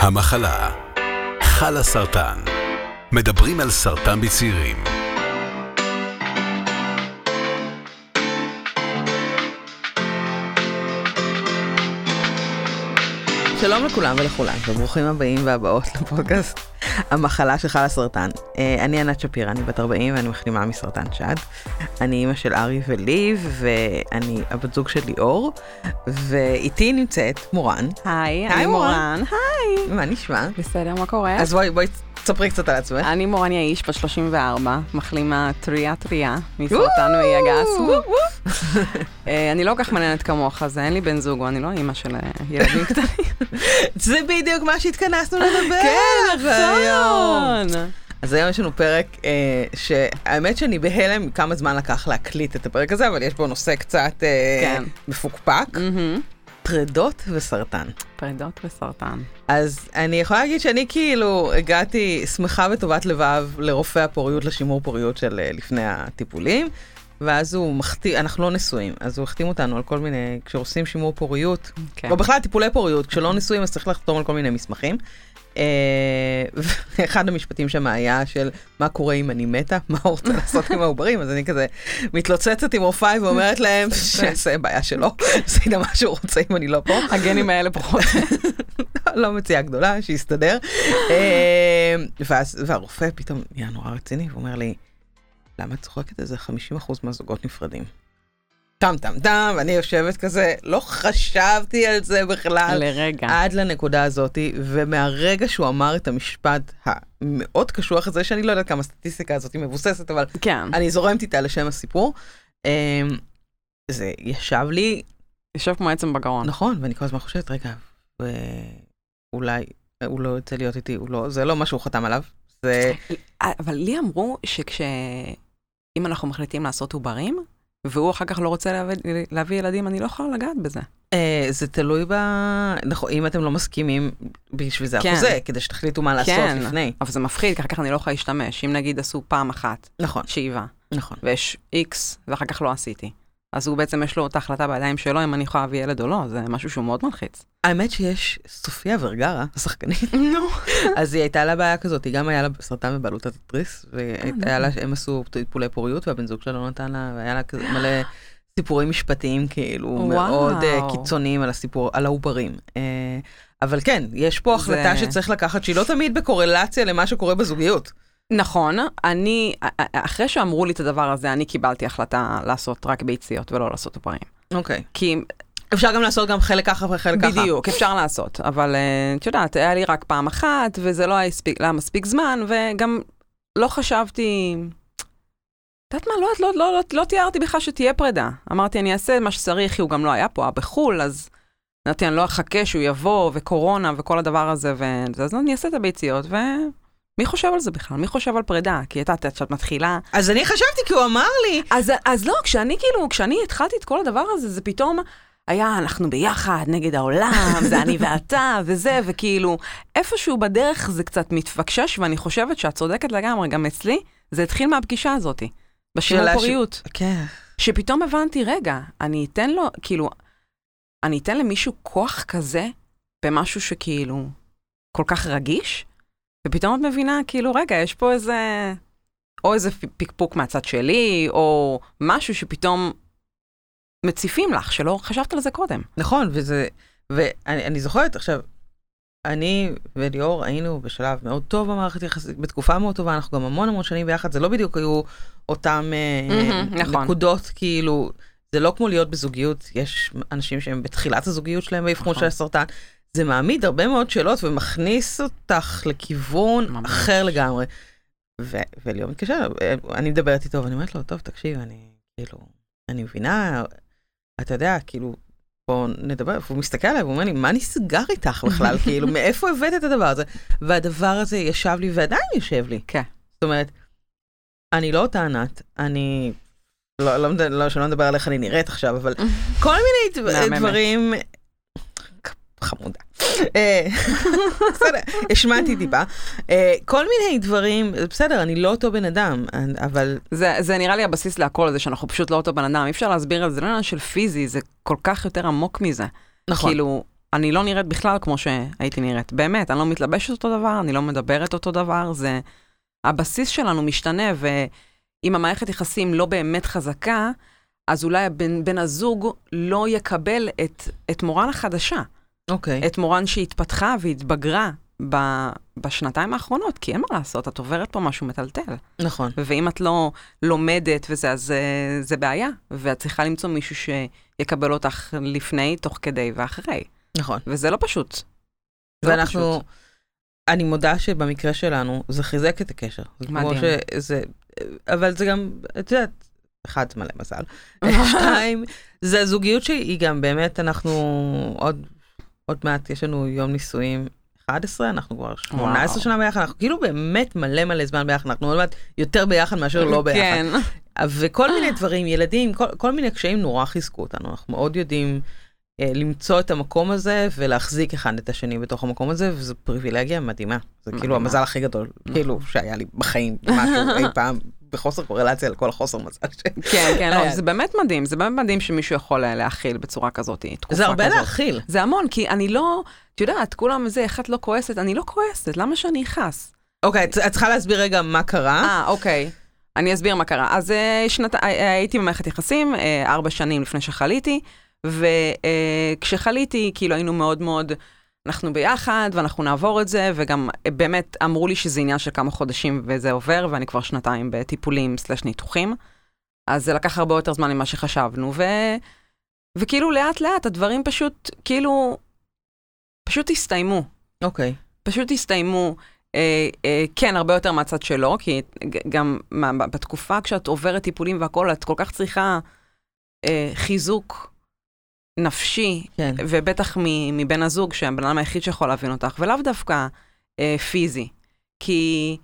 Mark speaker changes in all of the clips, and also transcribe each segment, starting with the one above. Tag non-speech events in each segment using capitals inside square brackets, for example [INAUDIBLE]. Speaker 1: המחלה חלה סרטן. מדברים על סרטן בצעירים.
Speaker 2: שלום לכולם ולכולן, וברוכים הבאים והבאות לפודקאסט המחלה שחלה סרטן. אה, אני ענת שפירא, אני בת 40 ואני מחלימה מסרטן שד. אני אימא של ארי וליב, ואני הבת זוג של ליאור, ואיתי נמצאת מורן.
Speaker 3: היי,
Speaker 2: היי,
Speaker 3: אני
Speaker 2: מורן.
Speaker 3: מורן. היי.
Speaker 2: מה נשמע?
Speaker 3: בסדר, מה קורה?
Speaker 2: אז בואי, בואי, תספרי קצת על עצמך.
Speaker 3: אני מורן יעיש, בת 34, מחלימה טריה טריה מסרטן מעי הגס. אה, אני לא כל כך מעניינת כמוך, אז אין לי בן זוג, או אני לא אימא של אה, [LAUGHS] ילדים קטנים.
Speaker 2: זה בדיוק מה שהתכנסנו לדבר.
Speaker 3: כן, נכון.
Speaker 2: אז היום יש לנו פרק אה, שהאמת שאני בהלם כמה זמן לקח להקליט את הפרק הזה, אבל יש בו נושא קצת אה,
Speaker 3: כן.
Speaker 2: מפוקפק.
Speaker 3: מהמם.
Speaker 2: פרדות וסרטן.
Speaker 3: פרדות וסרטן.
Speaker 2: אז אני יכולה להגיד שאני כאילו הגעתי שמחה וטובת לבב לרופא הפוריות, לשימור פוריות של אה, לפני הטיפולים, ואז הוא מחתים, אנחנו לא נשואים, אז הוא החתים אותנו על כל מיני, כשעושים שימור פוריות,
Speaker 3: כן.
Speaker 2: או בכלל טיפולי פוריות, כשלא נשואים אז צריך לחתום על כל מיני מסמכים. אה, [LAUGHS] ואחד המשפטים שם היה של מה קורה אם אני מתה, מה הוא רוצה לעשות עם העוברים, אז אני כזה מתלוצצת עם רופאי ואומרת להם, שזה בעיה שלו, [LAUGHS] עשית מה שהוא רוצה אם אני לא פה.
Speaker 3: הגנים האלה [LAUGHS] פחות.
Speaker 2: [LAUGHS] לא מציאה גדולה, שיסתדר. אה, ואז, והרופא פתאום נהיה נורא רציני, והוא אומר לי, למה את צוחקת על זה? 50% מהזוגות נפרדים. טם טם טם, ואני יושבת כזה, לא חשבתי על זה
Speaker 3: אה,
Speaker 2: בכלל.
Speaker 3: לרגע.
Speaker 2: עד לנקודה הזאתי, ומהרגע שהוא אמר את המשפט המאוד קשוח הזה, שאני לא יודעת כמה הסטטיסטיקה הזאת היא מבוססת, אבל
Speaker 3: כן.
Speaker 2: אני זורמת איתה לשם הסיפור, אה, זה ישב לי
Speaker 3: יושב כמו עצם בגרון.
Speaker 2: נכון, ואני כל הזמן חושבת, רגע, ו- אולי אה, הוא לא ירצה להיות איתי, הוא לא, זה לא מה שהוא חתם עליו. זה,
Speaker 3: כן. אה, אבל לי אמרו שכש... אם אנחנו מחליטים לעשות עוברים, והוא אחר כך לא רוצה להביא- להביא ילדים, אני לא יכולה לגעת בזה.
Speaker 2: אה, זה תלוי ב... נכון, אם אתם לא מסכימים בשביל זה
Speaker 3: כן.
Speaker 2: החוזה, כדי שתחליטו מה לעשות
Speaker 3: כן.
Speaker 2: לפני.
Speaker 3: אבל זה מפחיד, כי אחר כך אני לא יכולה להשתמש. אם נגיד עשו פעם אחת
Speaker 2: נכון,
Speaker 3: שאיבה,
Speaker 2: נכון.
Speaker 3: ויש איקס, ואחר כך לא עשיתי. אז הוא בעצם יש לו את ההחלטה בידיים שלו אם אני יכולה להביא ילד או לא, זה משהו שהוא מאוד מלחיץ.
Speaker 2: האמת שיש סופיה ורגרה, השחקנית,
Speaker 3: נו.
Speaker 2: אז היא הייתה לה בעיה כזאת, היא גם היה לה סרטן בבעלות התתריס, והיה לה, הם עשו טיפולי פוריות, והבן זוג שלה לא נתן לה, והיה לה כזה מלא סיפורים משפטיים כאילו
Speaker 3: וואו.
Speaker 2: מאוד אה, קיצוניים על הסיפור, על העוברים. אה, אבל כן, יש פה
Speaker 3: זה-
Speaker 2: החלטה שצריך לקחת, שהיא לא תמיד בקורלציה למה שקורה בזוגיות.
Speaker 3: נכון, אני, אה, אחרי שאמרו לי את הדבר הזה, אני קיבלתי החלטה לעשות רק ביציות ולא לעשות עוברים.
Speaker 2: אוקיי.
Speaker 3: כי
Speaker 2: אפשר גם לעשות גם חלק ככה וחלק ככה.
Speaker 3: בדיוק, אפשר לעשות, אבל אה, את יודעת, היה לי רק פעם אחת, וזה לא היה הספיק- לא היה מספיק זמן, וגם לא חשבתי... את יודעת מה, לא, לא, לא, לא, לא תיארתי בכלל שתהיה פרידה. אמרתי, אני אעשה מה שצריך, כי הוא גם לא היה פה, היה בחו"ל, אז אמרתי, אני לא אחכה שהוא יבוא, וקורונה, וכל הדבר הזה, וזה, אז אני אעשה את הביציות, ו... מי חושב על זה בכלל? מי חושב על פרידה? כי את יודעת, כשאת מתחילה...
Speaker 2: אז אני חשבתי, כי הוא אמר לי,
Speaker 3: אז, אז לא, כשאני כאילו, כשאני התחלתי את כל הדבר הזה, זה פתאום היה, אנחנו ביחד נגד העולם, זה אני ואתה, [LAUGHS] וזה, וכאילו, איפשהו בדרך זה קצת מתפקשש, ואני חושבת שאת צודקת לגמרי, גם אצלי, זה התחיל מהפגישה הזאת, בשיעור
Speaker 2: שאלה ש-
Speaker 3: פוריות.
Speaker 2: כן,
Speaker 3: שפתאום הבנתי, רגע, אני אתן לו, כאילו, אני אתן למישהו כוח כזה במשהו שכאילו כל כך רגיש, ופתאום את מבינה, כאילו, רגע, יש פה איזה, או איזה פ- פקפוק מהצד שלי, או משהו שפתאום מציפים לך, שלא חשבת על זה קודם.
Speaker 2: נכון, וזה, ואני אני זוכרת עכשיו, אני וליאור היינו בשלב מאוד טוב במערכת יחסית, בתקופה מאוד טובה, אנחנו גם המון המון שנים ביחד, זה לא בדיוק היו אותם
Speaker 3: מהמם,
Speaker 2: mm-hmm,
Speaker 3: נכון.
Speaker 2: נקודות, כאילו, זה לא כמו להיות בזוגיות, יש אנשים שהם בתחילת הזוגיות שלהם באבחון
Speaker 3: נכון.
Speaker 2: של הסרטן, זה מעמיד הרבה מאוד שאלות ומכניס אותך לכיוון
Speaker 3: ממש.
Speaker 2: אחר לגמרי. ו- וליאור מתקשר, אני מדברת איתו, ואני אומרת לו, טוב, תקשיב, אני כאילו, אני מבינה, אתה יודע, כאילו, בוא נדבר, והוא מסתכל עליי ואומר לי, מה נסגר איתך בכלל? כאילו, מאיפה הבאת את הדבר הזה? והדבר הזה ישב לי ועדיין יושב לי.
Speaker 3: כן.
Speaker 2: זאת אומרת, אני לא אותה ענת, אני... לא, לא, מד- לא, שלא נדבר על איך אני נראית עכשיו, אבל כל מיני
Speaker 3: מהממת.
Speaker 2: דבר, דברים... חמודה. אה, בסדר, השמעתי טיפה. אה, כל מיני דברים, בסדר, אני לא אותו בן אדם, אני- אבל
Speaker 3: זה, זה נראה לי הבסיס להכל, זה שאנחנו פשוט לא אותו בן אדם, אי אפשר להסביר את זה, זה לא עניין של פיזי, זה כל כך יותר עמוק מזה.
Speaker 2: נכון,
Speaker 3: כאילו, אני לא נראית בכלל כמו שהייתי נראית. באמת, אני לא מתלבשת אותו דבר, אני לא מדברת אותו דבר, זה... הבסיס שלנו משתנה, ואם המערכת יחסים לא באמת חזקה, אז אולי בן, בן הזוג לא יקבל את, את מורן החדשה,
Speaker 2: אוקיי.
Speaker 3: את מורן שהתפתחה והתבגרה ב, בשנתיים האחרונות, כי אין מה לעשות, את עוברת פה משהו מטלטל.
Speaker 2: נכון.
Speaker 3: ואם את לא לומדת וזה, אז אה, זה בעיה, ואת צריכה למצוא מישהו שיקבל אותך לפני, תוך כדי ואחרי.
Speaker 2: נכון.
Speaker 3: וזה לא פשוט. זה לא
Speaker 2: ואנחנו,
Speaker 3: פשוט.
Speaker 2: אני מודה שבמקרה שלנו, זה חיזק את הקשר. זה כמו
Speaker 3: מדהים.
Speaker 2: שזה, אבל זה גם, את יודעת, אחד, מלא
Speaker 3: [LAUGHS]
Speaker 2: מזל. שתיים, זה הזוגיות שהיא גם באמת, אנחנו עוד, עוד מעט, יש לנו יום נישואים 11, אנחנו כבר 18
Speaker 3: וואו.
Speaker 2: שנה ביחד, אנחנו כאילו באמת מלא מלא זמן ביחד, אנחנו עוד מעט יותר ביחד מאשר
Speaker 3: [LAUGHS]
Speaker 2: לא ביחד.
Speaker 3: כן.
Speaker 2: וכל
Speaker 3: אה.
Speaker 2: מיני דברים, ילדים, כל, כל מיני קשיים נורא חיזקו אותנו. אנחנו מאוד יודעים אה, למצוא את המקום הזה ולהחזיק אחד את השני בתוך המקום הזה, וזו פריבילגיה מדהימה. זה כאילו
Speaker 3: מדהימה. נכון.
Speaker 2: המזל הכי גדול, כאילו, שהיה לי בחיים, משהו
Speaker 3: [LAUGHS]
Speaker 2: אי פעם, בחוסר קורלציה לכל החוסר מזל ש...
Speaker 3: כן, כן,
Speaker 2: אה. [LAUGHS]
Speaker 3: לא, זה באמת מדהים, זה באמת מדהים שמישהו יכול אה, להכיל בצורה כזאת, תקופה כזאת.
Speaker 2: זה הרבה להכיל.
Speaker 3: זה המון, כי אני לא, את יודעת, כולם זה, איך את לא כועסת? אני לא כועסת, למה שאני אכעס?
Speaker 2: אוקיי, את- את צריכה להסביר רגע מה קרה.
Speaker 3: אה, אוקיי. אני אסביר מה קרה. אז אה, שנת... אה, אה, הייתי במערכת יחסים אה, ארבע שנים לפני שחליתי, וכשחליתי, כאילו היינו מאוד מאוד, אנחנו ביחד, ואנחנו נעבור את זה, וגם אה, באמת אמרו לי שזה עניין של כמה חודשים וזה עובר, ואני כבר שנתיים בטיפולים סלש ניתוחים. אז זה לקח הרבה יותר זמן ממה שחשבנו, ו... וכאילו לאט לאט הדברים פשוט, כאילו, פשוט הסתיימו.
Speaker 2: אוקיי.
Speaker 3: פשוט הסתיימו, אה, אה, כן, הרבה יותר מהצד שלו, כי ג- גם מה, ב- בתקופה כשאת עוברת טיפולים והכול, את כל כך צריכה אה, חיזוק נפשי,
Speaker 2: כן.
Speaker 3: ובטח מ- מבן הזוג, שהבן אדם היחיד שיכול להבין אותך, ולאו דווקא אה, פיזי. כי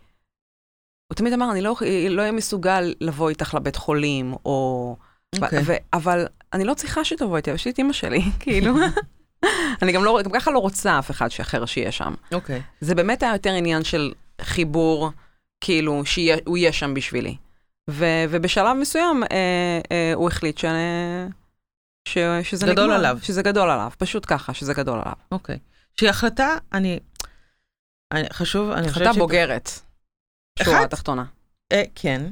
Speaker 3: הוא תמיד אמר, אני לא אהיה לא אהיה מסוגל לבוא איתך לבית חולים, או...
Speaker 2: אוקיי.
Speaker 3: ו- אבל אני לא צריכה שתבוא איתי, אבל יש לי את אימא שלי, [LAUGHS] כאילו. אני גם, לא, גם ככה לא רוצה אף אחד אחר שיהיה שם.
Speaker 2: אוקיי.
Speaker 3: זה באמת היה יותר עניין של חיבור, כאילו, שהוא יהיה שם בשבילי. ו, ובשלב מסוים אה, אה, הוא החליט ש, ש, שזה
Speaker 2: גדול
Speaker 3: נגמר.
Speaker 2: עליו.
Speaker 3: שזה גדול עליו, פשוט ככה, שזה גדול עליו.
Speaker 2: אוקיי. שהיא החלטה, אני... אני- חשוב, אני חושבת
Speaker 3: החלטה בוגרת, שורה
Speaker 2: אחת?
Speaker 3: התחתונה.
Speaker 2: אה, כן.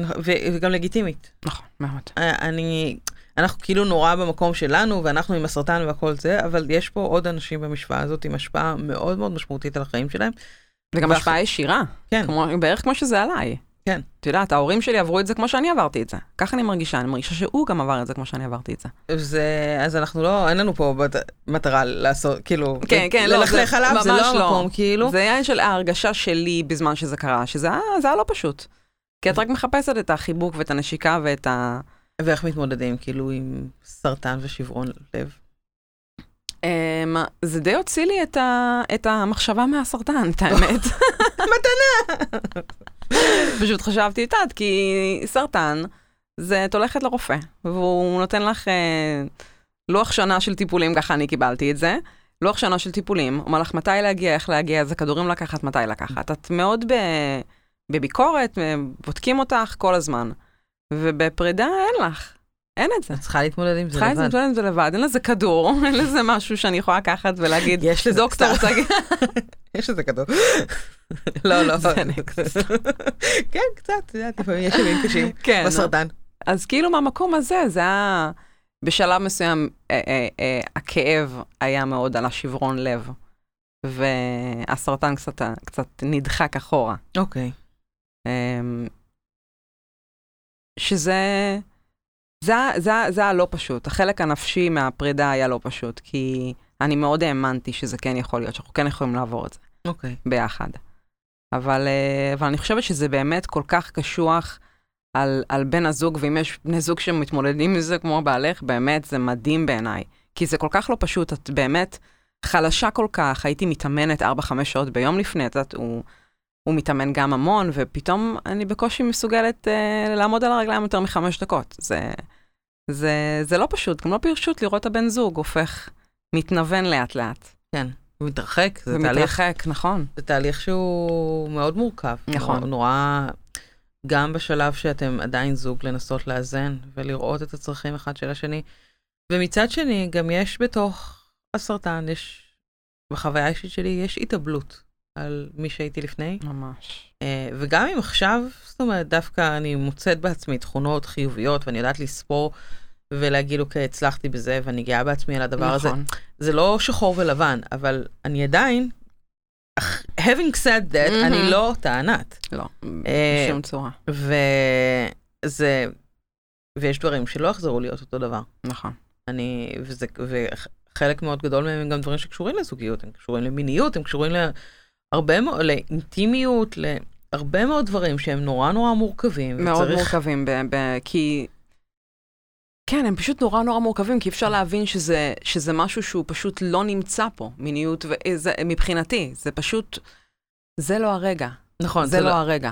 Speaker 2: ו- וגם לגיטימית.
Speaker 3: נכון, מאוד.
Speaker 2: אני, אנחנו כאילו נורא במקום שלנו, ואנחנו עם הסרטן והכל זה, אבל יש פה עוד אנשים במשוואה הזאת עם השפעה מאוד מאוד משמעותית על החיים שלהם.
Speaker 3: וגם
Speaker 2: ואח-
Speaker 3: השפעה ישירה,
Speaker 2: כן.
Speaker 3: כמו, בערך כמו שזה עליי.
Speaker 2: כן.
Speaker 3: את יודעת, ההורים שלי עברו את זה כמו שאני עברתי את זה. ככה אני מרגישה, אני מרגישה שהוא גם עבר את זה כמו שאני עברתי את זה.
Speaker 2: זה, אז אנחנו לא, אין לנו פה בת- מטרה לעשות, כאילו,
Speaker 3: כן,
Speaker 2: ל-
Speaker 3: כן, לא,
Speaker 2: ללכלך
Speaker 3: זה
Speaker 2: עליו, זה
Speaker 3: ממש
Speaker 2: לא
Speaker 3: לא.
Speaker 2: המקום, כאילו.
Speaker 3: זה העניין של ההרגשה שלי בזמן שזה קרה, שזה היה- זה היה לא פשוט. כי את רק מחפשת את החיבוק ואת הנשיקה ואת ה...
Speaker 2: ואיך מתמודדים, כאילו, עם סרטן ושברון לב.
Speaker 3: אמ, זה די הוציא לי את, ה... את המחשבה מהסרטן, את האמת. פשוט חשבתי את את, כי סרטן, זה את הולכת לרופא, והוא נותן לך אה, לוח שנה של טיפולים, ככה אני קיבלתי את זה. לוח שנה של טיפולים, אומר לך מתי להגיע, איך להגיע, איזה כדורים לקחת, מתי לקחת. את מאוד ב... בביקורת, אה, בודקים אותך כל הזמן. ובפרידה אין לך, אין את זה.
Speaker 2: את צריכה להתמודד עם זה
Speaker 3: כן. צריכה
Speaker 2: לבד.
Speaker 3: להתמודד עם זה לבד, אין לזה כדור, [LAUGHS] אין לזה משהו שאני יכולה לקחת ולהגיד,
Speaker 2: יש לזה
Speaker 3: דוקטור,
Speaker 2: סתם. [LAUGHS]
Speaker 3: תגיד,
Speaker 2: יש איזה כדור. [LAUGHS] לא, לא.
Speaker 3: זה נקסט.
Speaker 2: [LAUGHS] כן, קצת, את יודעת, לפעמים יש ימים קשים.
Speaker 3: כן.
Speaker 2: בסרטן.
Speaker 3: אז כאילו מהמקום הזה, זה היה, בשלב מסוים, אה, אה, אה, הכאב היה מאוד על השברון לב, והסרטן קצת, קצת נדחק אחורה.
Speaker 2: אוקיי.
Speaker 3: אמ, שזה, זה, זה, זה היה לא פשוט. החלק הנפשי מהפרידה היה לא פשוט, כי אני מאוד האמנתי שזה כן יכול להיות, שאנחנו כן יכולים לעבור את זה.
Speaker 2: אוקיי.
Speaker 3: ביחד. אבל, אה, אבל אני חושבת שזה באמת כל כך קשוח על, על בן הזוג, ואם יש בני זוג שמתמודדים עם זה כמו בעלך, באמת זה מדהים בעיניי. כי זה כל כך לא פשוט, את באמת חלשה כל כך, הייתי מתאמנת 4-5 שעות ביום לפני, את יודעת, הוא, הוא מתאמן גם המון, ופתאום אני בקושי מסוגלת אה, לעמוד על הרגליים יותר מחמש דקות. זה, זה, זה לא פשוט, גם לא פשוט לראות את הבן זוג הופך, מתנוון לאט-לאט.
Speaker 2: הוא מתרחק, זה תהליך
Speaker 3: ומתרחק, נכון.
Speaker 2: זה תהליך שהוא מאוד מורכב.
Speaker 3: נכון.
Speaker 2: נורא- נורא, גם בשלב שאתם עדיין זוג, לנסות לאזן ולראות את הצרכים אחד של השני. ומצד שני, גם יש בתוך הסרטן, יש, בחוויה האישית שלי, יש התאבלות על מי שהייתי לפני.
Speaker 3: ממש.
Speaker 2: אה, וגם אם עכשיו, זאת אומרת, דווקא אני מוצאת בעצמי תכונות חיוביות, ואני יודעת לספור ולהגיד, אוקיי, הצלחתי בזה, ואני גאה בעצמי על הדבר הזה.
Speaker 3: נכון.
Speaker 2: זה לא שחור ולבן, אבל אני עדיין, אך- having said that,
Speaker 3: מהמם.
Speaker 2: אני לא אותה ענת.
Speaker 3: לא,
Speaker 2: אה,
Speaker 3: בשום צורה.
Speaker 2: וזה, ויש דברים שלא יחזרו להיות אותו דבר.
Speaker 3: נכון.
Speaker 2: אני, וזה, וחלק מאוד גדול מהם הם גם דברים שקשורים לזוגיות, הם קשורים למיניות, הם קשורים להרבה מאוד, לאינטימיות, להרבה מאוד דברים שהם נורא נורא מורכבים.
Speaker 3: מאוד
Speaker 2: וצריך-
Speaker 3: מורכבים, ב- ב- כי... כן, הם פשוט נורא נורא מורכבים, כי אפשר להבין שזה, שזה משהו שהוא פשוט לא נמצא פה, מיניות, ו... זה, מבחינתי, זה פשוט, זה לא הרגע,
Speaker 2: נכון,
Speaker 3: זה לא הרגע.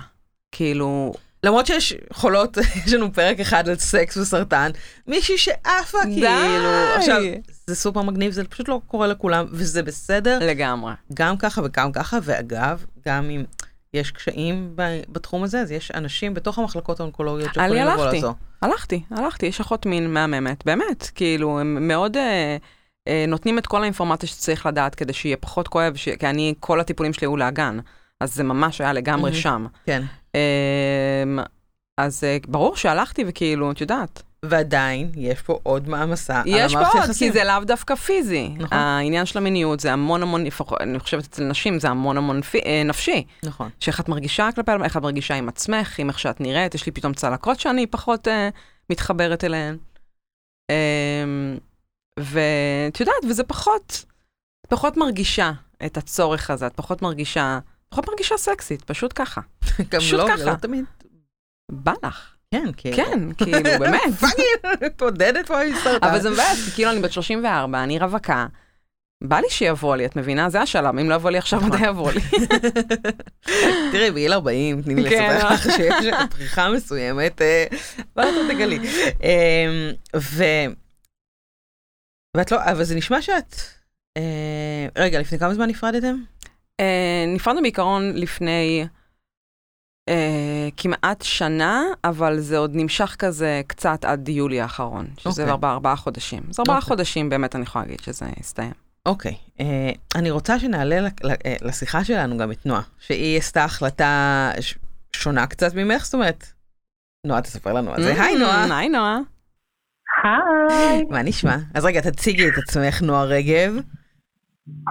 Speaker 3: כאילו,
Speaker 2: למרות שיש חולות, [LAUGHS] יש לנו פרק אחד על סקס וסרטן, מישהי שעפה
Speaker 3: די!
Speaker 2: כאילו, עכשיו, זה סופר מגניב, זה פשוט לא קורה לכולם, וזה בסדר,
Speaker 3: לגמרי.
Speaker 2: גם ככה וגם ככה, ואגב, גם אם יש קשיים ב- בתחום הזה, אז יש אנשים בתוך המחלקות האונקולוגיות
Speaker 3: אה, אני
Speaker 2: שיכולים לבוא
Speaker 3: הלכתי.
Speaker 2: לעזור.
Speaker 3: הלכתי, הלכתי, יש אחות מין מהממת, באמת, כאילו, הם מאוד אה, אה, נותנים את כל האינפורמציה שצריך לדעת כדי שיהיה פחות כואב, ש... כי אני, כל הטיפולים שלי היו לאגן, אז זה ממש היה לגמרי
Speaker 2: מהמם.
Speaker 3: שם.
Speaker 2: כן.
Speaker 3: אמ, אז אה, ברור שהלכתי וכאילו, את יודעת,
Speaker 2: ועדיין, יש פה עוד מעמסה על
Speaker 3: יש פה
Speaker 2: המערכת
Speaker 3: עוד,
Speaker 2: יחסים.
Speaker 3: כי זה לאו דווקא פיזי.
Speaker 2: נכון.
Speaker 3: העניין של המיניות זה המון המון, לפחות- אני חושבת אצל נשים זה המון המון פי- אה, נפשי.
Speaker 2: נכון.
Speaker 3: שאיך את מרגישה כלפי, העולם, איך את מרגישה עם עצמך, עם איך שאת נראית, יש לי פתאום צלקות שאני פחות אה, מתחברת אליהן. אמ, ואת יודעת, וזה פחות, פחות מרגישה את הצורך הזה, את פחות מרגישה, פחות מרגישה סקסית, פשוט ככה.
Speaker 2: גם
Speaker 3: פשוט
Speaker 2: לא, זה
Speaker 3: ככה.
Speaker 2: לא תמיד.
Speaker 3: בא לך.
Speaker 2: כן, כאילו.
Speaker 3: כן, כאילו,
Speaker 2: [LAUGHS]
Speaker 3: באמת.
Speaker 2: פאקינג, מתמודדת פה עם סרטן.
Speaker 3: אבל זה מבאס, כי כאילו אני בת 34, אני רווקה. בא לי שיבוא לי, את מבינה? זה השלב, אם לא יבוא לי עכשיו,
Speaker 2: נכון.
Speaker 3: מתי
Speaker 2: [LAUGHS]
Speaker 3: יבוא לי?
Speaker 2: תראי, בגיל 40, תני לי
Speaker 3: כן.
Speaker 2: לספר לך שיש פריחה מסוימת, אה, ואז את תגלי. אה, ו... ואת לא, אבל זה נשמע שאת... אה, רגע, לפני כמה זמן נפרדתם?
Speaker 3: אה, נפרדנו בעיקרון לפני אה, כמעט שנה, אבל זה עוד נמשך כזה קצת עד יולי האחרון, שזה
Speaker 2: אוקיי.
Speaker 3: ארבעה ארבעה חודשים. אז ארבעה
Speaker 2: אוקיי.
Speaker 3: חודשים באמת אני יכולה להגיד שזה הסתיים.
Speaker 2: אוקיי, אה, אני רוצה שנעלה ל- ל- אה, לשיחה שלנו גם את נועה, שהיא עשתה החלטה ש- שונה קצת ממך, זאת אומרת, נועה תספר לנו על זה.
Speaker 3: Mm,
Speaker 2: היי נועה,
Speaker 3: היי נועה.
Speaker 4: היי,
Speaker 2: מה נשמע? אז רגע, תציגי את עצמך, נועה רגב.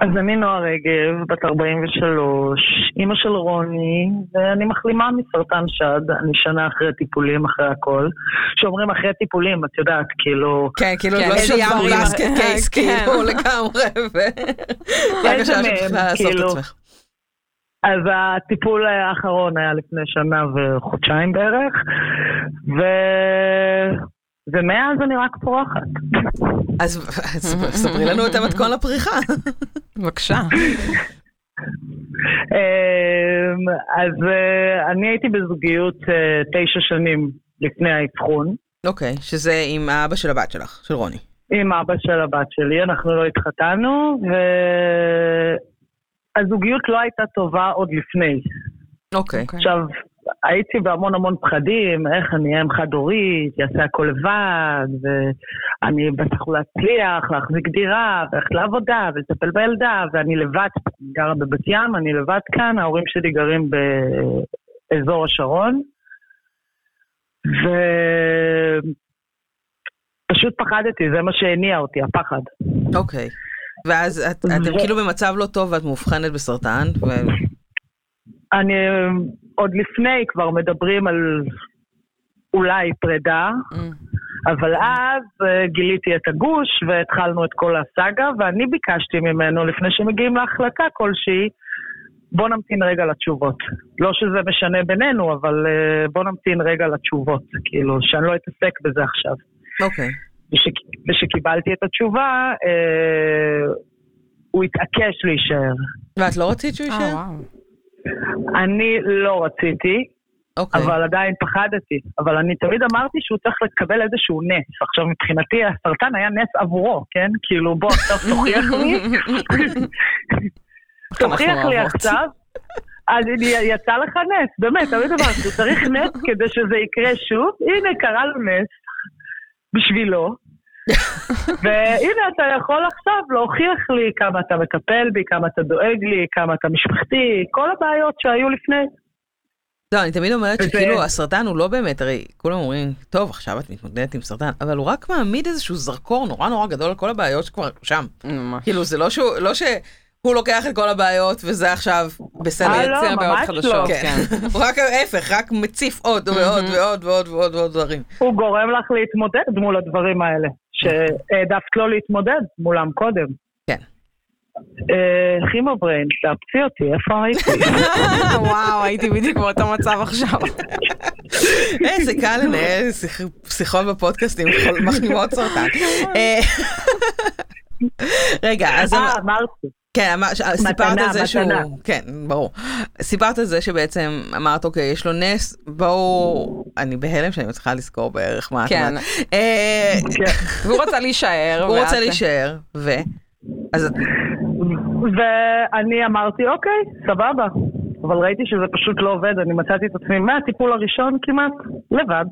Speaker 4: אז אני נועה רגב, בת 43, אימא של רוני, ואני מחלימה מסרטן שד, אני שנה אחרי טיפולים, אחרי הכל. שאומרים אחרי טיפולים, את יודעת, כאילו...
Speaker 2: כן, כאילו,
Speaker 3: כן,
Speaker 2: לא
Speaker 3: איזה
Speaker 2: סיימת
Speaker 3: דברים.
Speaker 2: בסקט קייס,
Speaker 3: כן.
Speaker 2: כאילו, לגמרי, ו... [LAUGHS]
Speaker 4: איזה
Speaker 2: בבקשה,
Speaker 4: מהם,
Speaker 2: שאת צריכה לעשות את
Speaker 4: כאילו.
Speaker 2: עצמך.
Speaker 4: אז הטיפול האחרון היה לפני שנה וחודשיים בערך, ו... ומאז אני רק פורחת.
Speaker 2: אז אז [LAUGHS] ספרי לנו את המתכון לפריחה.
Speaker 3: בבקשה.
Speaker 4: אמ, אז אה, אני הייתי בזוגיות אה, תשע שנים לפני האבחון.
Speaker 2: אוקיי, שזה עם האבא של הבת שלך, של רוני.
Speaker 4: עם אבא של הבת שלי, אנחנו לא התחתנו, והזוגיות לא הייתה טובה עוד לפני.
Speaker 2: אוקיי.
Speaker 3: אוקיי.
Speaker 4: עכשיו, הייתי בהמון המון פחדים, איך אני אהיה עם חד-הורית, אעשה הכל לבד, ואני בטח לא אצליח להחזיק דירה, וללכת לעבודה, ולטפל בילדה, ואני לבד, גרה בבת ים, אני לבד כאן, ההורים שלי גרים באזור השרון, ופשוט פחדתי, זה מה שהניע אותי, הפחד.
Speaker 2: אוקיי. ואז את- אתם
Speaker 4: ו-
Speaker 2: כאילו במצב לא טוב ואת מאובחנת בסרטן, ו-
Speaker 4: אני עוד לפני כבר מדברים על אולי פרידה,
Speaker 3: Mm.
Speaker 4: אבל אז אה, גיליתי את הגוש והתחלנו את כל הסאגה, ואני ביקשתי ממנו, לפני שמגיעים להחלטה כלשהי, בוא נמתין רגע לתשובות. לא שזה משנה בינינו, אבל אה, בוא נמתין רגע לתשובות, כאילו, שאני לא אתעסק בזה עכשיו.
Speaker 2: אוקיי.
Speaker 4: וש- ושקיבלתי את התשובה, אה, הוא התעקש להישאר.
Speaker 2: ואת לא רצית שהוא
Speaker 3: אה,
Speaker 2: יישאר?
Speaker 3: וואו.
Speaker 4: אני לא רציתי,
Speaker 2: אוקיי.
Speaker 4: אבל עדיין פחדתי. אבל אני תמיד אמרתי שהוא צריך לקבל איזשהו נס. עכשיו, מבחינתי הסרטן היה נס עבורו, כן? כאילו, בוא, עכשיו תוכיח לי, תוכיח
Speaker 3: אנחנו
Speaker 4: לי
Speaker 3: אוהבות.
Speaker 4: עכשיו. אז הנה, י- יצא לך נס, באמת, תמיד אמרתי, הוא צריך נס כדי שזה יקרה שוב. הנה, קרה לו נס בשבילו. והנה, אתה יכול עכשיו להוכיח לי כמה אתה מטפל בי, כמה אתה דואג לי, כמה אתה משפחתי, כל הבעיות שהיו לפני.
Speaker 2: לא, אני תמיד אומרת
Speaker 4: וזה-
Speaker 2: שכאילו הסרטן הוא לא באמת, הרי כולם אומרים, טוב, עכשיו את מתמודדת עם סרטן, אבל הוא רק מעמיד איזשהו זרקור נורא נורא גדול על כל הבעיות שכבר שם.
Speaker 3: ממש.
Speaker 2: כאילו, זה לא שהוא, לא שהוא לוקח את כל הבעיות וזה עכשיו
Speaker 4: אה,
Speaker 2: בסדר.
Speaker 4: לא,
Speaker 3: מייצר בעיות
Speaker 4: ממש
Speaker 3: חדשות,
Speaker 4: לא.
Speaker 3: כן.
Speaker 2: כן. הוא רק ההפך, רק מציף עוד ועוד ועוד ועוד ועוד ועוד דברים.
Speaker 4: הוא גורם לך להתמודד מול הדברים האלה, שהעדפת לא להתמודד מולם קודם.
Speaker 2: כן.
Speaker 4: אה, כימובריין, תאפצי אותי, איפה הייתי?
Speaker 3: [LAUGHS] וואו, הייתי בדיוק באותו מצב
Speaker 2: [LAUGHS]
Speaker 3: עכשיו.
Speaker 2: איזה אה,
Speaker 4: [LAUGHS]
Speaker 2: קל לנהל שיח- שיחות בפודקאסט עם חול- מחלימות
Speaker 4: [LAUGHS]
Speaker 2: סרטן. אה, רגע, [LAUGHS] אז אמ-
Speaker 4: אה, אמרתי.
Speaker 2: כן, אמר- ש- סיפרת על זה
Speaker 4: מתנה.
Speaker 2: שהוא... כן, ברור. סיפרת על זה שבעצם אמרת, אוקיי, יש לו נס, בואו... אני בהלם שאני מצליחה לזכור בערך מה את
Speaker 3: כן.
Speaker 2: אומרת. אה,
Speaker 4: כן.
Speaker 3: והוא רצה להישאר.
Speaker 2: הוא רוצה
Speaker 3: ואת-
Speaker 2: להישאר, ו... אז את-
Speaker 4: ואני אמרתי, אוקיי, סבבה. אבל ראיתי שזה פשוט לא עובד, אני מצאתי את עצמי מהטיפול הראשון כמעט, לבד.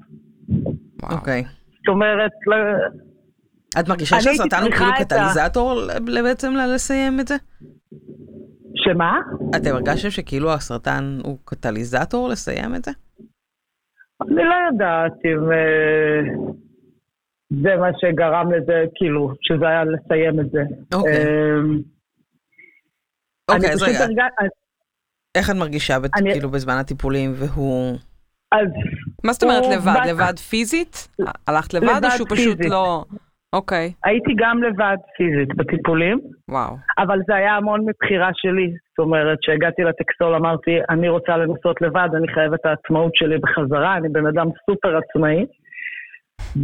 Speaker 3: וואו.
Speaker 2: אוקיי.
Speaker 4: זאת אומרת, לא- ל-
Speaker 2: את מרגישה
Speaker 4: אני הייתי
Speaker 2: שהסרטן הוא
Speaker 4: צריכה
Speaker 2: כאילו
Speaker 4: את ה-
Speaker 2: קטליזטור ל- ל- בעצם ל- לסיים את זה?
Speaker 4: שמה?
Speaker 2: אתם הרגשתם שכאילו הסרטן הוא קטליזטור לסיים את זה?
Speaker 4: אני לא יודעת אם אה, זה מה שגרם לזה, כאילו, שזה היה לסיים את זה.
Speaker 2: אוקיי.
Speaker 4: אה,
Speaker 2: אוקיי,
Speaker 4: אני
Speaker 2: אז
Speaker 4: פשוט
Speaker 2: רגע,
Speaker 4: הרגש-
Speaker 2: איך את מרגישה בת-
Speaker 4: אני-
Speaker 2: כאילו בזמן הטיפולים והוא...
Speaker 4: אז
Speaker 3: מה זאת אומרת
Speaker 4: הוא
Speaker 3: לבד?
Speaker 4: בק-
Speaker 3: לבד פיזית? הלכת לבד או
Speaker 4: לבד
Speaker 3: שהוא פשוט
Speaker 4: פיזית.
Speaker 3: לא... אוקיי,
Speaker 4: הייתי גם לבד פיזית בטיפולים,
Speaker 3: וואו.
Speaker 4: אבל זה היה המון מבחירה שלי. זאת אומרת, כשהגעתי לטקסול אמרתי, אני רוצה לנסות לבד, אני חייבת את העצמאות שלי בחזרה, אני בן אדם סופר עצמאי.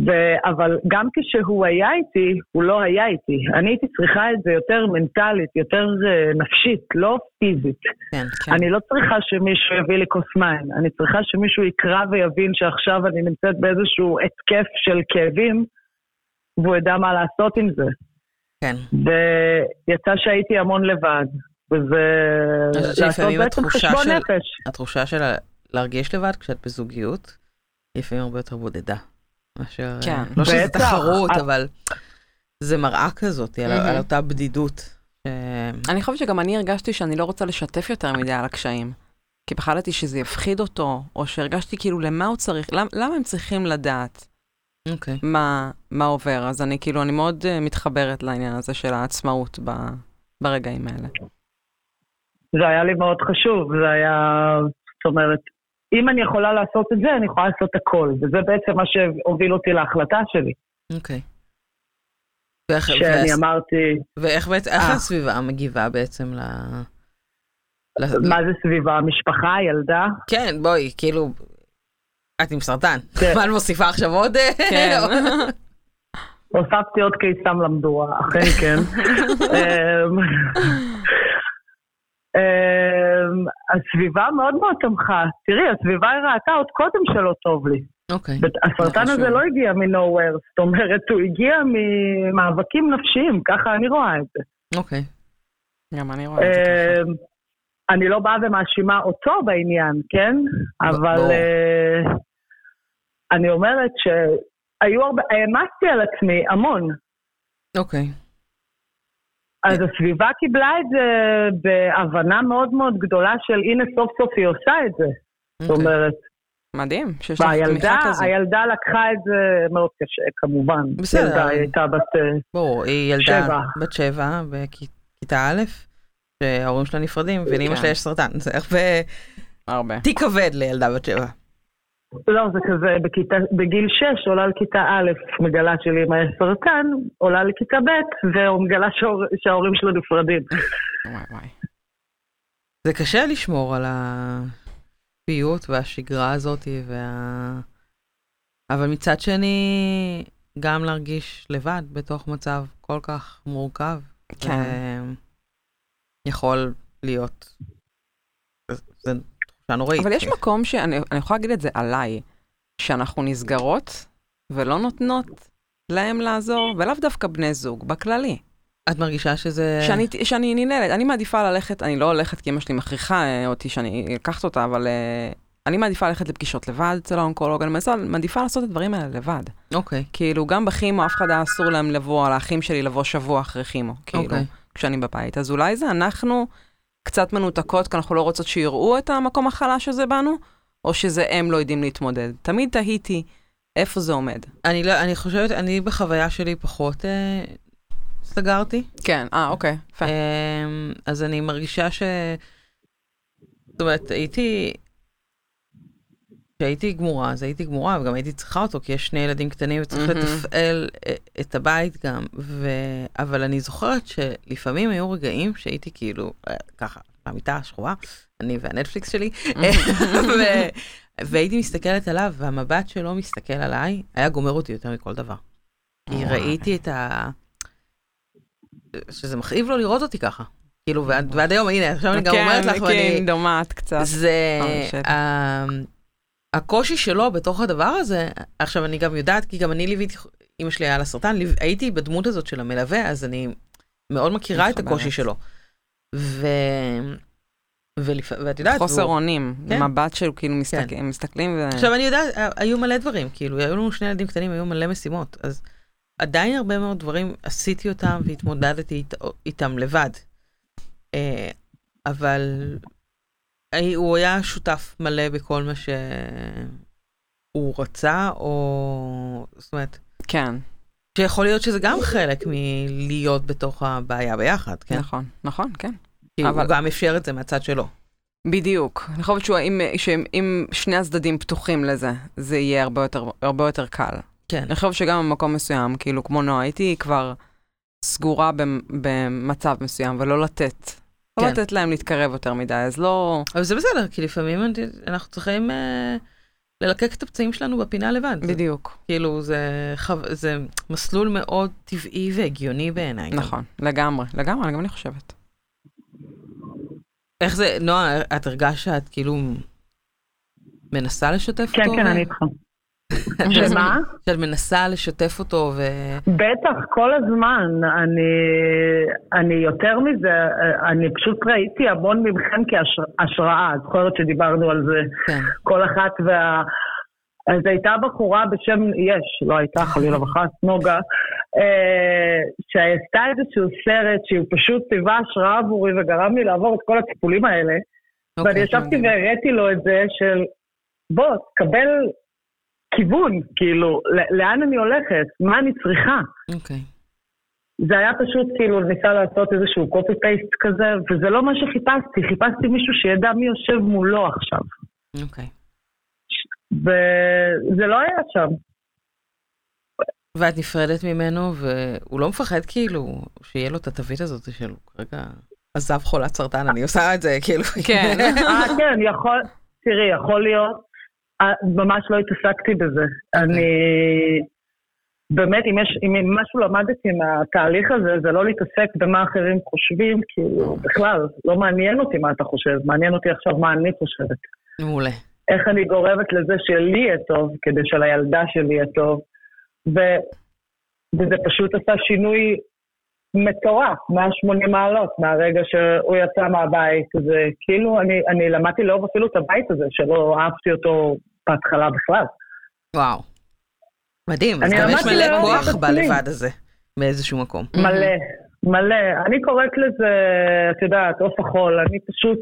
Speaker 4: ו- אבל גם כשהוא היה איתי, הוא לא היה איתי. אני הייתי צריכה את זה יותר מנטלית, יותר אה, נפשית, לא פיזית.
Speaker 2: כן, כן.
Speaker 4: אני לא צריכה שמישהו יביא לי כוס מים, אני צריכה שמישהו יקרא ויבין שעכשיו אני נמצאת באיזשהו התקף של כאבים, והוא ידע מה לעשות עם זה.
Speaker 2: כן.
Speaker 4: ויצא שהייתי המון לבד, וזה...
Speaker 2: אני חושבת שלפעמים
Speaker 4: בעצם
Speaker 2: התחושה
Speaker 4: חשבון
Speaker 2: של-
Speaker 4: נפש.
Speaker 2: התחושה של ה- להרגיש לבד כשאת בזוגיות, היא לפעמים הרבה יותר בודדה. מאשר...
Speaker 3: כן.
Speaker 2: אה, לא שזה
Speaker 4: בטח.
Speaker 2: תחרות,
Speaker 4: אה.
Speaker 2: אבל זה מראה כזאת על ה-
Speaker 3: מהמם.
Speaker 2: על אותה בדידות. ש-
Speaker 3: אני חושבת שגם אני הרגשתי שאני לא רוצה לשתף יותר מדי על הקשיים. כי פחדתי שזה יפחיד אותו, או שהרגשתי כאילו למה הוא צריך, למ, למה הם צריכים לדעת
Speaker 2: אוקיי.
Speaker 3: מה, מה עובר? אז אני כאילו, אני מאוד uh, מתחברת לעניין הזה של העצמאות ב, ברגעים האלה.
Speaker 4: זה היה לי מאוד חשוב, זה היה... זאת אומרת, אם אני יכולה לעשות את זה, אני יכולה לעשות הכל, וזה בעצם מה שהוביל אותי להחלטה שלי,
Speaker 2: אוקיי. ואיך-
Speaker 4: שאני
Speaker 2: והס-
Speaker 4: אמרתי,
Speaker 2: ואיך בעצם, איך
Speaker 4: אה.
Speaker 2: הסביבה מגיבה בעצם ל... ל-
Speaker 4: מה זה סביבה, משפחה, ילדה?
Speaker 2: כן, בואי, כאילו, את עם סרטן.
Speaker 4: כן.
Speaker 2: [LAUGHS] מה את מוסיפה עכשיו עוד?
Speaker 3: כן. [LAUGHS]
Speaker 4: הוספתי עוד קיסם למדורה, אכן כן. אמ, אמ, הסביבה מאוד מאוד תמכה. תראי, הסביבה היא ראתה עוד קודם שלא טוב לי.
Speaker 2: [LAUGHS] אוקיי.
Speaker 4: הסרטן
Speaker 3: זה חשוב.
Speaker 4: הזה לא הגיע מ-nowhere, זאת אומרת, הוא הגיע ממאבקים נפשיים, ככה אני רואה את זה.
Speaker 2: אוקיי.
Speaker 3: גם אני רואה את זה ככה.
Speaker 4: אמ, אני לא באה ומאשימה אותו בעניין, כן? אבל
Speaker 2: ברור.
Speaker 4: אה, אני אומרת שהיו הרבה, העמסתי על עצמי המון.
Speaker 2: אוקיי.
Speaker 4: אז הסביבה קיבלה את זה בהבנה מאוד מאוד גדולה של הנה סוף סוף היא עושה את זה. זאת
Speaker 2: אוקיי.
Speaker 4: אומרת,
Speaker 3: מדהים, שיש לך תמיכה
Speaker 4: והילדה,
Speaker 3: כזאת.
Speaker 4: הילדה לקחה את זה מאוד קשה כמובן.
Speaker 2: בסדר.
Speaker 4: ילדה היא הייתה בת... אה,
Speaker 2: ברור, היא ילדה
Speaker 4: שבע.
Speaker 2: בת שבע בכיתה א', שההורים שלה נפרדים, ולאמא
Speaker 3: כן.
Speaker 2: שלה יש סרטן. זה הרבה...
Speaker 3: הרבה.
Speaker 2: תיק כבד לילדה בת שבע.
Speaker 4: לא, זה כזה, בכיתה, בגיל 6 עולה לכיתה א', מגלה שלאמא יש סרטן, עולה לכיתה ב', ומגלה שההור- שההורים שלו נפרדים.
Speaker 3: וואי וואי.
Speaker 2: זה קשה לשמור על הפיוט והשגרה הזאת, וה... אבל מצד שני, גם להרגיש לבד בתוך מצב כל כך מורכב,
Speaker 3: כן,
Speaker 2: אה, יכול להיות. זה- זה תחושה נוראית.
Speaker 3: אבל יש מקום שאני אני יכולה להגיד את זה עליי, שאנחנו נסגרות ולא נותנות להם לעזור, ולאו דווקא בני זוג, בכללי.
Speaker 2: את מרגישה שזה...
Speaker 3: שאני, שאני ננעלת, אני מעדיפה ללכת, אני לא הולכת כי אמא שלי מכריחה אה, אותי שאני אקחת אותה, אבל אה, אני מעדיפה ללכת לפגישות לבד אצל האונקולוג, אני מנסה- מעדיפה לעשות את הדברים האלה לבד.
Speaker 2: אוקיי.
Speaker 3: כאילו, גם בכימו, אף אחד היה אסור להם לבוא, לאחים שלי לבוא שבוע אחרי כימו, כאילו,
Speaker 2: אוקיי.
Speaker 3: כשאני בבית. אז אולי זה אנחנו קצת מנותקות, כי אנחנו לא רוצות שיראו את המקום החלש הזה בנו, או שזה הם לא יודעים להתמודד. תמיד תהיתי איפה זה עומד.
Speaker 2: אני לא, אני חושבת, אני בחוויה שלי פחות אה, סגרתי.
Speaker 3: כן, אה, אוקיי, יפה.
Speaker 2: אמ, אז אני מרגישה ש... זאת אומרת, הייתי... כשהייתי גמורה, אז הייתי גמורה, וגם הייתי צריכה אותו, כי יש שני ילדים קטנים וצריך
Speaker 3: מהמם.
Speaker 2: לתפעל אה, את הבית גם. ו... אבל אני זוכרת שלפעמים היו רגעים שהייתי כאילו, אה, ככה, במיטה השחורה, אני והנטפליקס שלי, [LAUGHS] ו... והייתי מסתכלת עליו, והמבט שלו מסתכל עליי, היה גומר אותי יותר מכל דבר. כי ראיתי את ה... שזה מכאיב לו לראות אותי ככה. כאילו, ועד, ועד היום, הנה, עכשיו אני גם אומרת לך,
Speaker 3: כן,
Speaker 2: ואני...
Speaker 3: כן, אה, דומעת קצת.
Speaker 2: זה...
Speaker 3: ממש, שטח.
Speaker 2: ה- הקושי שלו בתוך הדבר הזה, עכשיו אני גם יודעת, כי גם אני ליוויתי, אמא שלי היה לה סרטן, ליו- הייתי בדמות הזאת של המלווה, אז אני מאוד מכירה את
Speaker 3: מתחברת.
Speaker 2: הקושי שלו. ו... ולפ... ואת יודעת,
Speaker 3: חוסר
Speaker 2: והוא-
Speaker 3: אונים,
Speaker 2: כן.
Speaker 3: מבט של כאילו מסתכל- מסתכלים ו...
Speaker 2: עכשיו אני יודעת, ה- היו מלא דברים, כאילו, היו לנו שני ילדים קטנים, היו מלא משימות, אז עדיין הרבה מאוד דברים עשיתי אותם והתמודדתי אית, איתם לבד. אה, אבל הי- הוא היה שותף מלא בכל מה שהוא רצה, או... זאת אומרת,
Speaker 3: כן,
Speaker 2: שיכול להיות שזה גם חלק מלהיות בתוך הבעיה ביחד, כן?
Speaker 3: נכון, נכון, כן.
Speaker 2: כי הוא
Speaker 3: אבל-
Speaker 2: גם אפשר את זה מהצד שלו.
Speaker 3: בדיוק. אני חושבת שהוא- אם- שאם אם שני הצדדים פתוחים לזה, זה יהיה הרבה יותר, הרבה יותר קל.
Speaker 2: כן.
Speaker 3: אני חושבת שגם במקום מסוים, כאילו, כמו נועה, הייתי כבר סגורה במ- במצב מסוים, ולא לתת. לא
Speaker 2: כן.
Speaker 3: לתת להם להתקרב יותר מדי, אז לא...
Speaker 2: אבל זה בסדר, כי לפעמים אנחנו צריכים אה, ללקק את הפצעים שלנו בפינה לבד. זה
Speaker 3: בדיוק.
Speaker 2: כאילו זה, חו... זה מסלול מאוד טבעי והגיוני בעיניי. גם.
Speaker 3: נכון, לגמרי, לגמרי, גם אני חושבת.
Speaker 2: איך זה, נועה, את הרגשת שאת כאילו מנסה לשתף
Speaker 4: כן,
Speaker 2: אותו?
Speaker 4: כן,
Speaker 2: ו-
Speaker 3: [LAUGHS]
Speaker 4: אני איתך. שמה?
Speaker 2: [LAUGHS] שאת מנסה לשתף אותו ו...
Speaker 4: בטח, כל הזמן. אני, אני יותר מזה, אני פשוט ראיתי המון מכם כהשראה. את זוכרת שדיברנו על זה,
Speaker 2: כן.
Speaker 4: כל אחת וה... אז הייתה בחורה בשם, יש, לא הייתה חלילה וחס, נוגה, אה, שעשתה איזשהו סרט שהוא פשוט היווה השראה עבורי וגרם לי לעבור את כל הטיפולים האלה. ואני
Speaker 2: אוקיי,
Speaker 4: ישבתי
Speaker 2: מדהים.
Speaker 4: והראיתי לו את זה של, בוא, תקבל כיוון, כאילו, ל- לאן אני הולכת? מה אני צריכה?
Speaker 2: אוקיי.
Speaker 4: זה היה פשוט כאילו ניסה לעשות איזשהו copy-paste כזה, וזה לא מה שחיפשתי, חיפשתי מישהו שידע מי יושב מולו עכשיו.
Speaker 2: אוקיי.
Speaker 4: וזה לא היה שם.
Speaker 2: ואת נפרדת ממנו, והוא לא מפחד כאילו שיהיה לו את התווית הזאת של הוא כרגע עזב חולת סרטן, אני עושה את זה, כאילו.
Speaker 3: כן.
Speaker 2: [LAUGHS]
Speaker 4: אה, כן, יכול, תראי, יכול להיות. אה, ממש לא התעסקתי בזה. אני... באמת, אם יש, אם משהו למדתי מהתהליך הזה, זה לא להתעסק במה אחרים חושבים, כאילו, בכלל, לא מעניין אותי מה אתה חושב, מעניין אותי עכשיו מה אני חושבת.
Speaker 2: מעולה.
Speaker 4: איך אני גורמת לזה שלי יהיה טוב, כדי שלילדה שלי יהיה טוב. ו... וזה פשוט עשה שינוי מטורף, 180 מעלות, מהרגע שהוא יצא מהבית. זה כאילו, אני, אני למדתי לאהוב אפילו את הבית הזה, שלא אהבתי אותו בהתחלה בכלל.
Speaker 2: וואו. מדהים, אז
Speaker 4: אני
Speaker 2: גם יש
Speaker 4: למדתי
Speaker 2: מלא
Speaker 4: לאהוב
Speaker 2: כוח
Speaker 4: את עצמי.
Speaker 2: בלבד הזה, באיזשהו מקום.
Speaker 4: מלא, מלא. אני קוראת לזה, את יודעת, עוף החול. אני פשוט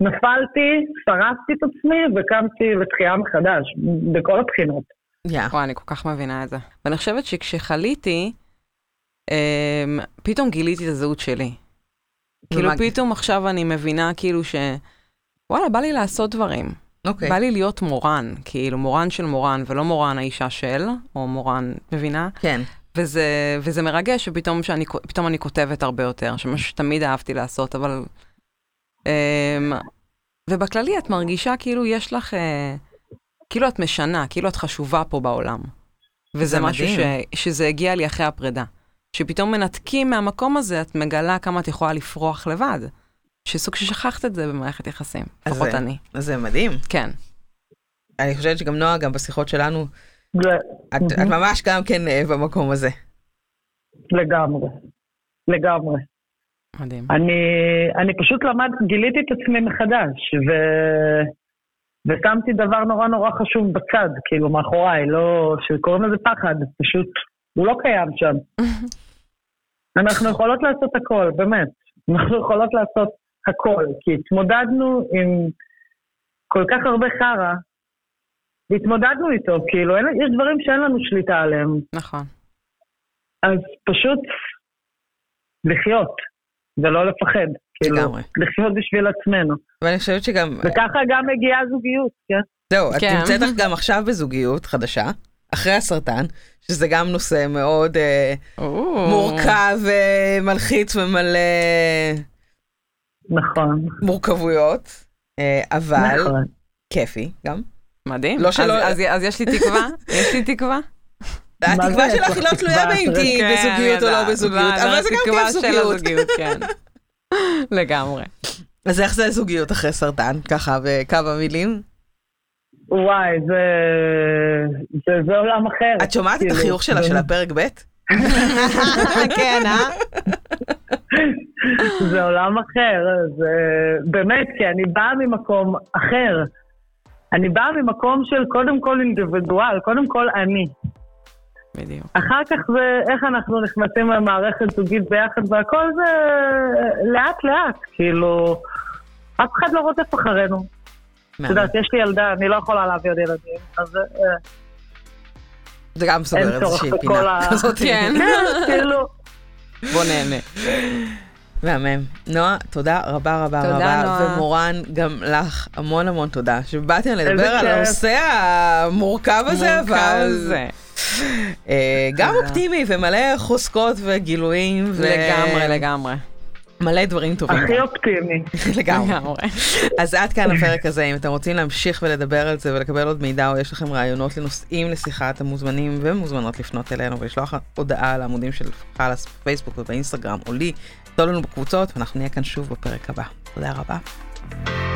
Speaker 4: נפלתי, שרפתי את עצמי וקמתי לתחייה מחדש, בכל הבחינות.
Speaker 2: יא.
Speaker 3: וואי, אני כל כך מבינה את זה. ואני חושבת שכשחליתי, אמ, פתאום גיליתי את הזהות שלי. כאילו
Speaker 2: ומג-
Speaker 3: פתאום עכשיו אני מבינה כאילו ש... וואלה, בא לי לעשות דברים.
Speaker 2: אוקיי.
Speaker 3: בא לי להיות מורן, כאילו מורן של מורן, ולא מורן האישה של, או מורן, מבינה?
Speaker 2: כן.
Speaker 3: וזה, וזה מרגש שפתאום שאני, פתאום אני כותבת הרבה יותר, שמשהו שתמיד אהבתי לעשות, אבל... אמ, ובכללי את מרגישה כאילו יש לך, אה, כאילו את משנה, כאילו את חשובה פה בעולם. וזה
Speaker 2: זה
Speaker 3: משהו ש,
Speaker 2: מדהים.
Speaker 3: שזה הגיע לי אחרי הפרידה. שפתאום מנתקים מהמקום הזה, את מגלה כמה את יכולה לפרוח לבד. שסוג ששכחת את זה במערכת יחסים,
Speaker 2: אז
Speaker 3: לפחות
Speaker 2: זה-
Speaker 3: אני.
Speaker 2: אז זה מדהים.
Speaker 3: כן.
Speaker 2: אני חושבת שגם נועה, גם בשיחות שלנו,
Speaker 4: זה-
Speaker 2: את, את ממש גם כן אה, במקום הזה.
Speaker 4: לגמרי. לגמרי.
Speaker 3: מדהים.
Speaker 4: אני, אני פשוט למד, גיליתי את עצמי מחדש, ו... ושמתי דבר נורא נורא חשוב בצד, כאילו, מאחוריי, לא... שקוראים לזה פחד, פשוט, הוא לא קיים שם. אנחנו יכולות לעשות הכל, באמת. אנחנו יכולות לעשות הכל, כי התמודדנו עם כל כך הרבה חרא, והתמודדנו איתו, כאילו, אין, יש דברים שאין לנו שליטה עליהם.
Speaker 3: נכון.
Speaker 4: אז פשוט לחיות, ולא לפחד. כאילו,
Speaker 2: לגמרי. אה.
Speaker 4: לחיות בשביל עצמנו.
Speaker 2: ואני חושבת שגם,
Speaker 4: וככה גם מגיעה הזוגיות, כן?
Speaker 2: זהו, את
Speaker 3: כן.
Speaker 2: נמצאת לך גם עכשיו בזוגיות חדשה, אחרי הסרטן, שזה גם נושא מאוד אה, מורכב, אה, מלחיץ ומלא
Speaker 4: נכון.
Speaker 2: מורכבויות, אה, אבל
Speaker 4: נכון.
Speaker 2: כיפי גם.
Speaker 3: מדהים.
Speaker 2: לא שלא-
Speaker 3: אז, אז, אז יש לי תקווה? [LAUGHS] יש לי תקווה?
Speaker 4: מה זה
Speaker 2: התקווה
Speaker 4: יש
Speaker 2: שלך
Speaker 4: לך
Speaker 2: היא לא תלויה
Speaker 4: תקווה?
Speaker 2: באם תהיי
Speaker 3: כן,
Speaker 2: בזוגיות או
Speaker 3: אני
Speaker 2: לא
Speaker 3: יודעת.
Speaker 2: בזוגיות,
Speaker 3: לא,
Speaker 2: אבל זה גם כיף
Speaker 3: לא, התקווה של
Speaker 2: זוגיות.
Speaker 3: הזוגיות,
Speaker 2: [LAUGHS]
Speaker 3: כן. [LAUGHS] לגמרי.
Speaker 2: אז איך זה זוגיות אחרי סרטן? ככה בכמה מילים.
Speaker 4: וואי, זה, זה, זה עולם אחר.
Speaker 2: את שומעת את
Speaker 4: כאילו,
Speaker 2: החיוך שלה של הפרק ב'? כן, אה?
Speaker 4: זה עולם אחר, זה באמת, כי אני באה ממקום אחר. אני באה ממקום של קודם כל אינדיבידואל, קודם כל אני.
Speaker 3: בדיוק.
Speaker 4: אחר כך זה איך אנחנו נכנסים למערכת זוגית ביחד והכל זה אה, לאט לאט, כאילו, אף אחד לא רודף אחרינו. את יודעת, יש לי ילדה, אני לא יכולה להביא עוד ילדים, אז אה,
Speaker 2: זה גם
Speaker 4: אין
Speaker 2: סוגר
Speaker 4: צורך
Speaker 2: איזושהי
Speaker 4: בכל
Speaker 2: פינה
Speaker 4: ה...
Speaker 2: כזאת. אוקיי.
Speaker 3: כן.
Speaker 4: [LAUGHS] כן, כאילו...
Speaker 2: בוא נהנה. [LAUGHS] מהמם. נועה, תודה רבה רבה
Speaker 3: תודה,
Speaker 2: רבה,
Speaker 3: נועה.
Speaker 2: ומורן, גם לך המון המון תודה שבאתם לדבר
Speaker 4: איזה
Speaker 2: על
Speaker 4: כיף.
Speaker 2: הנושא המורכב הזה,
Speaker 3: מורכב
Speaker 2: אבל
Speaker 3: זה.
Speaker 2: אה, גם
Speaker 3: תודה.
Speaker 2: אופטימי ומלא חוזקות וגילויים, ו-
Speaker 3: לגמרי, לגמרי.
Speaker 2: מלא דברים טובים.
Speaker 4: הכי אופטימי.
Speaker 2: [LAUGHS] לגמרי.
Speaker 3: לגמרי.
Speaker 2: אז עד כאן הפרק הזה, אם אתם רוצים להמשיך ולדבר על זה ולקבל עוד מידע או יש לכם רעיונות לנושאים לשיחה, אתם מוזמנים ומוזמנות לפנות אלינו ולשלוח הודעה על העמודים של חלאס בפייסבוק ובאינסטגרם או לי, תנו לנו בקבוצות ואנחנו נהיה כאן שוב בפרק הבא. תודה רבה.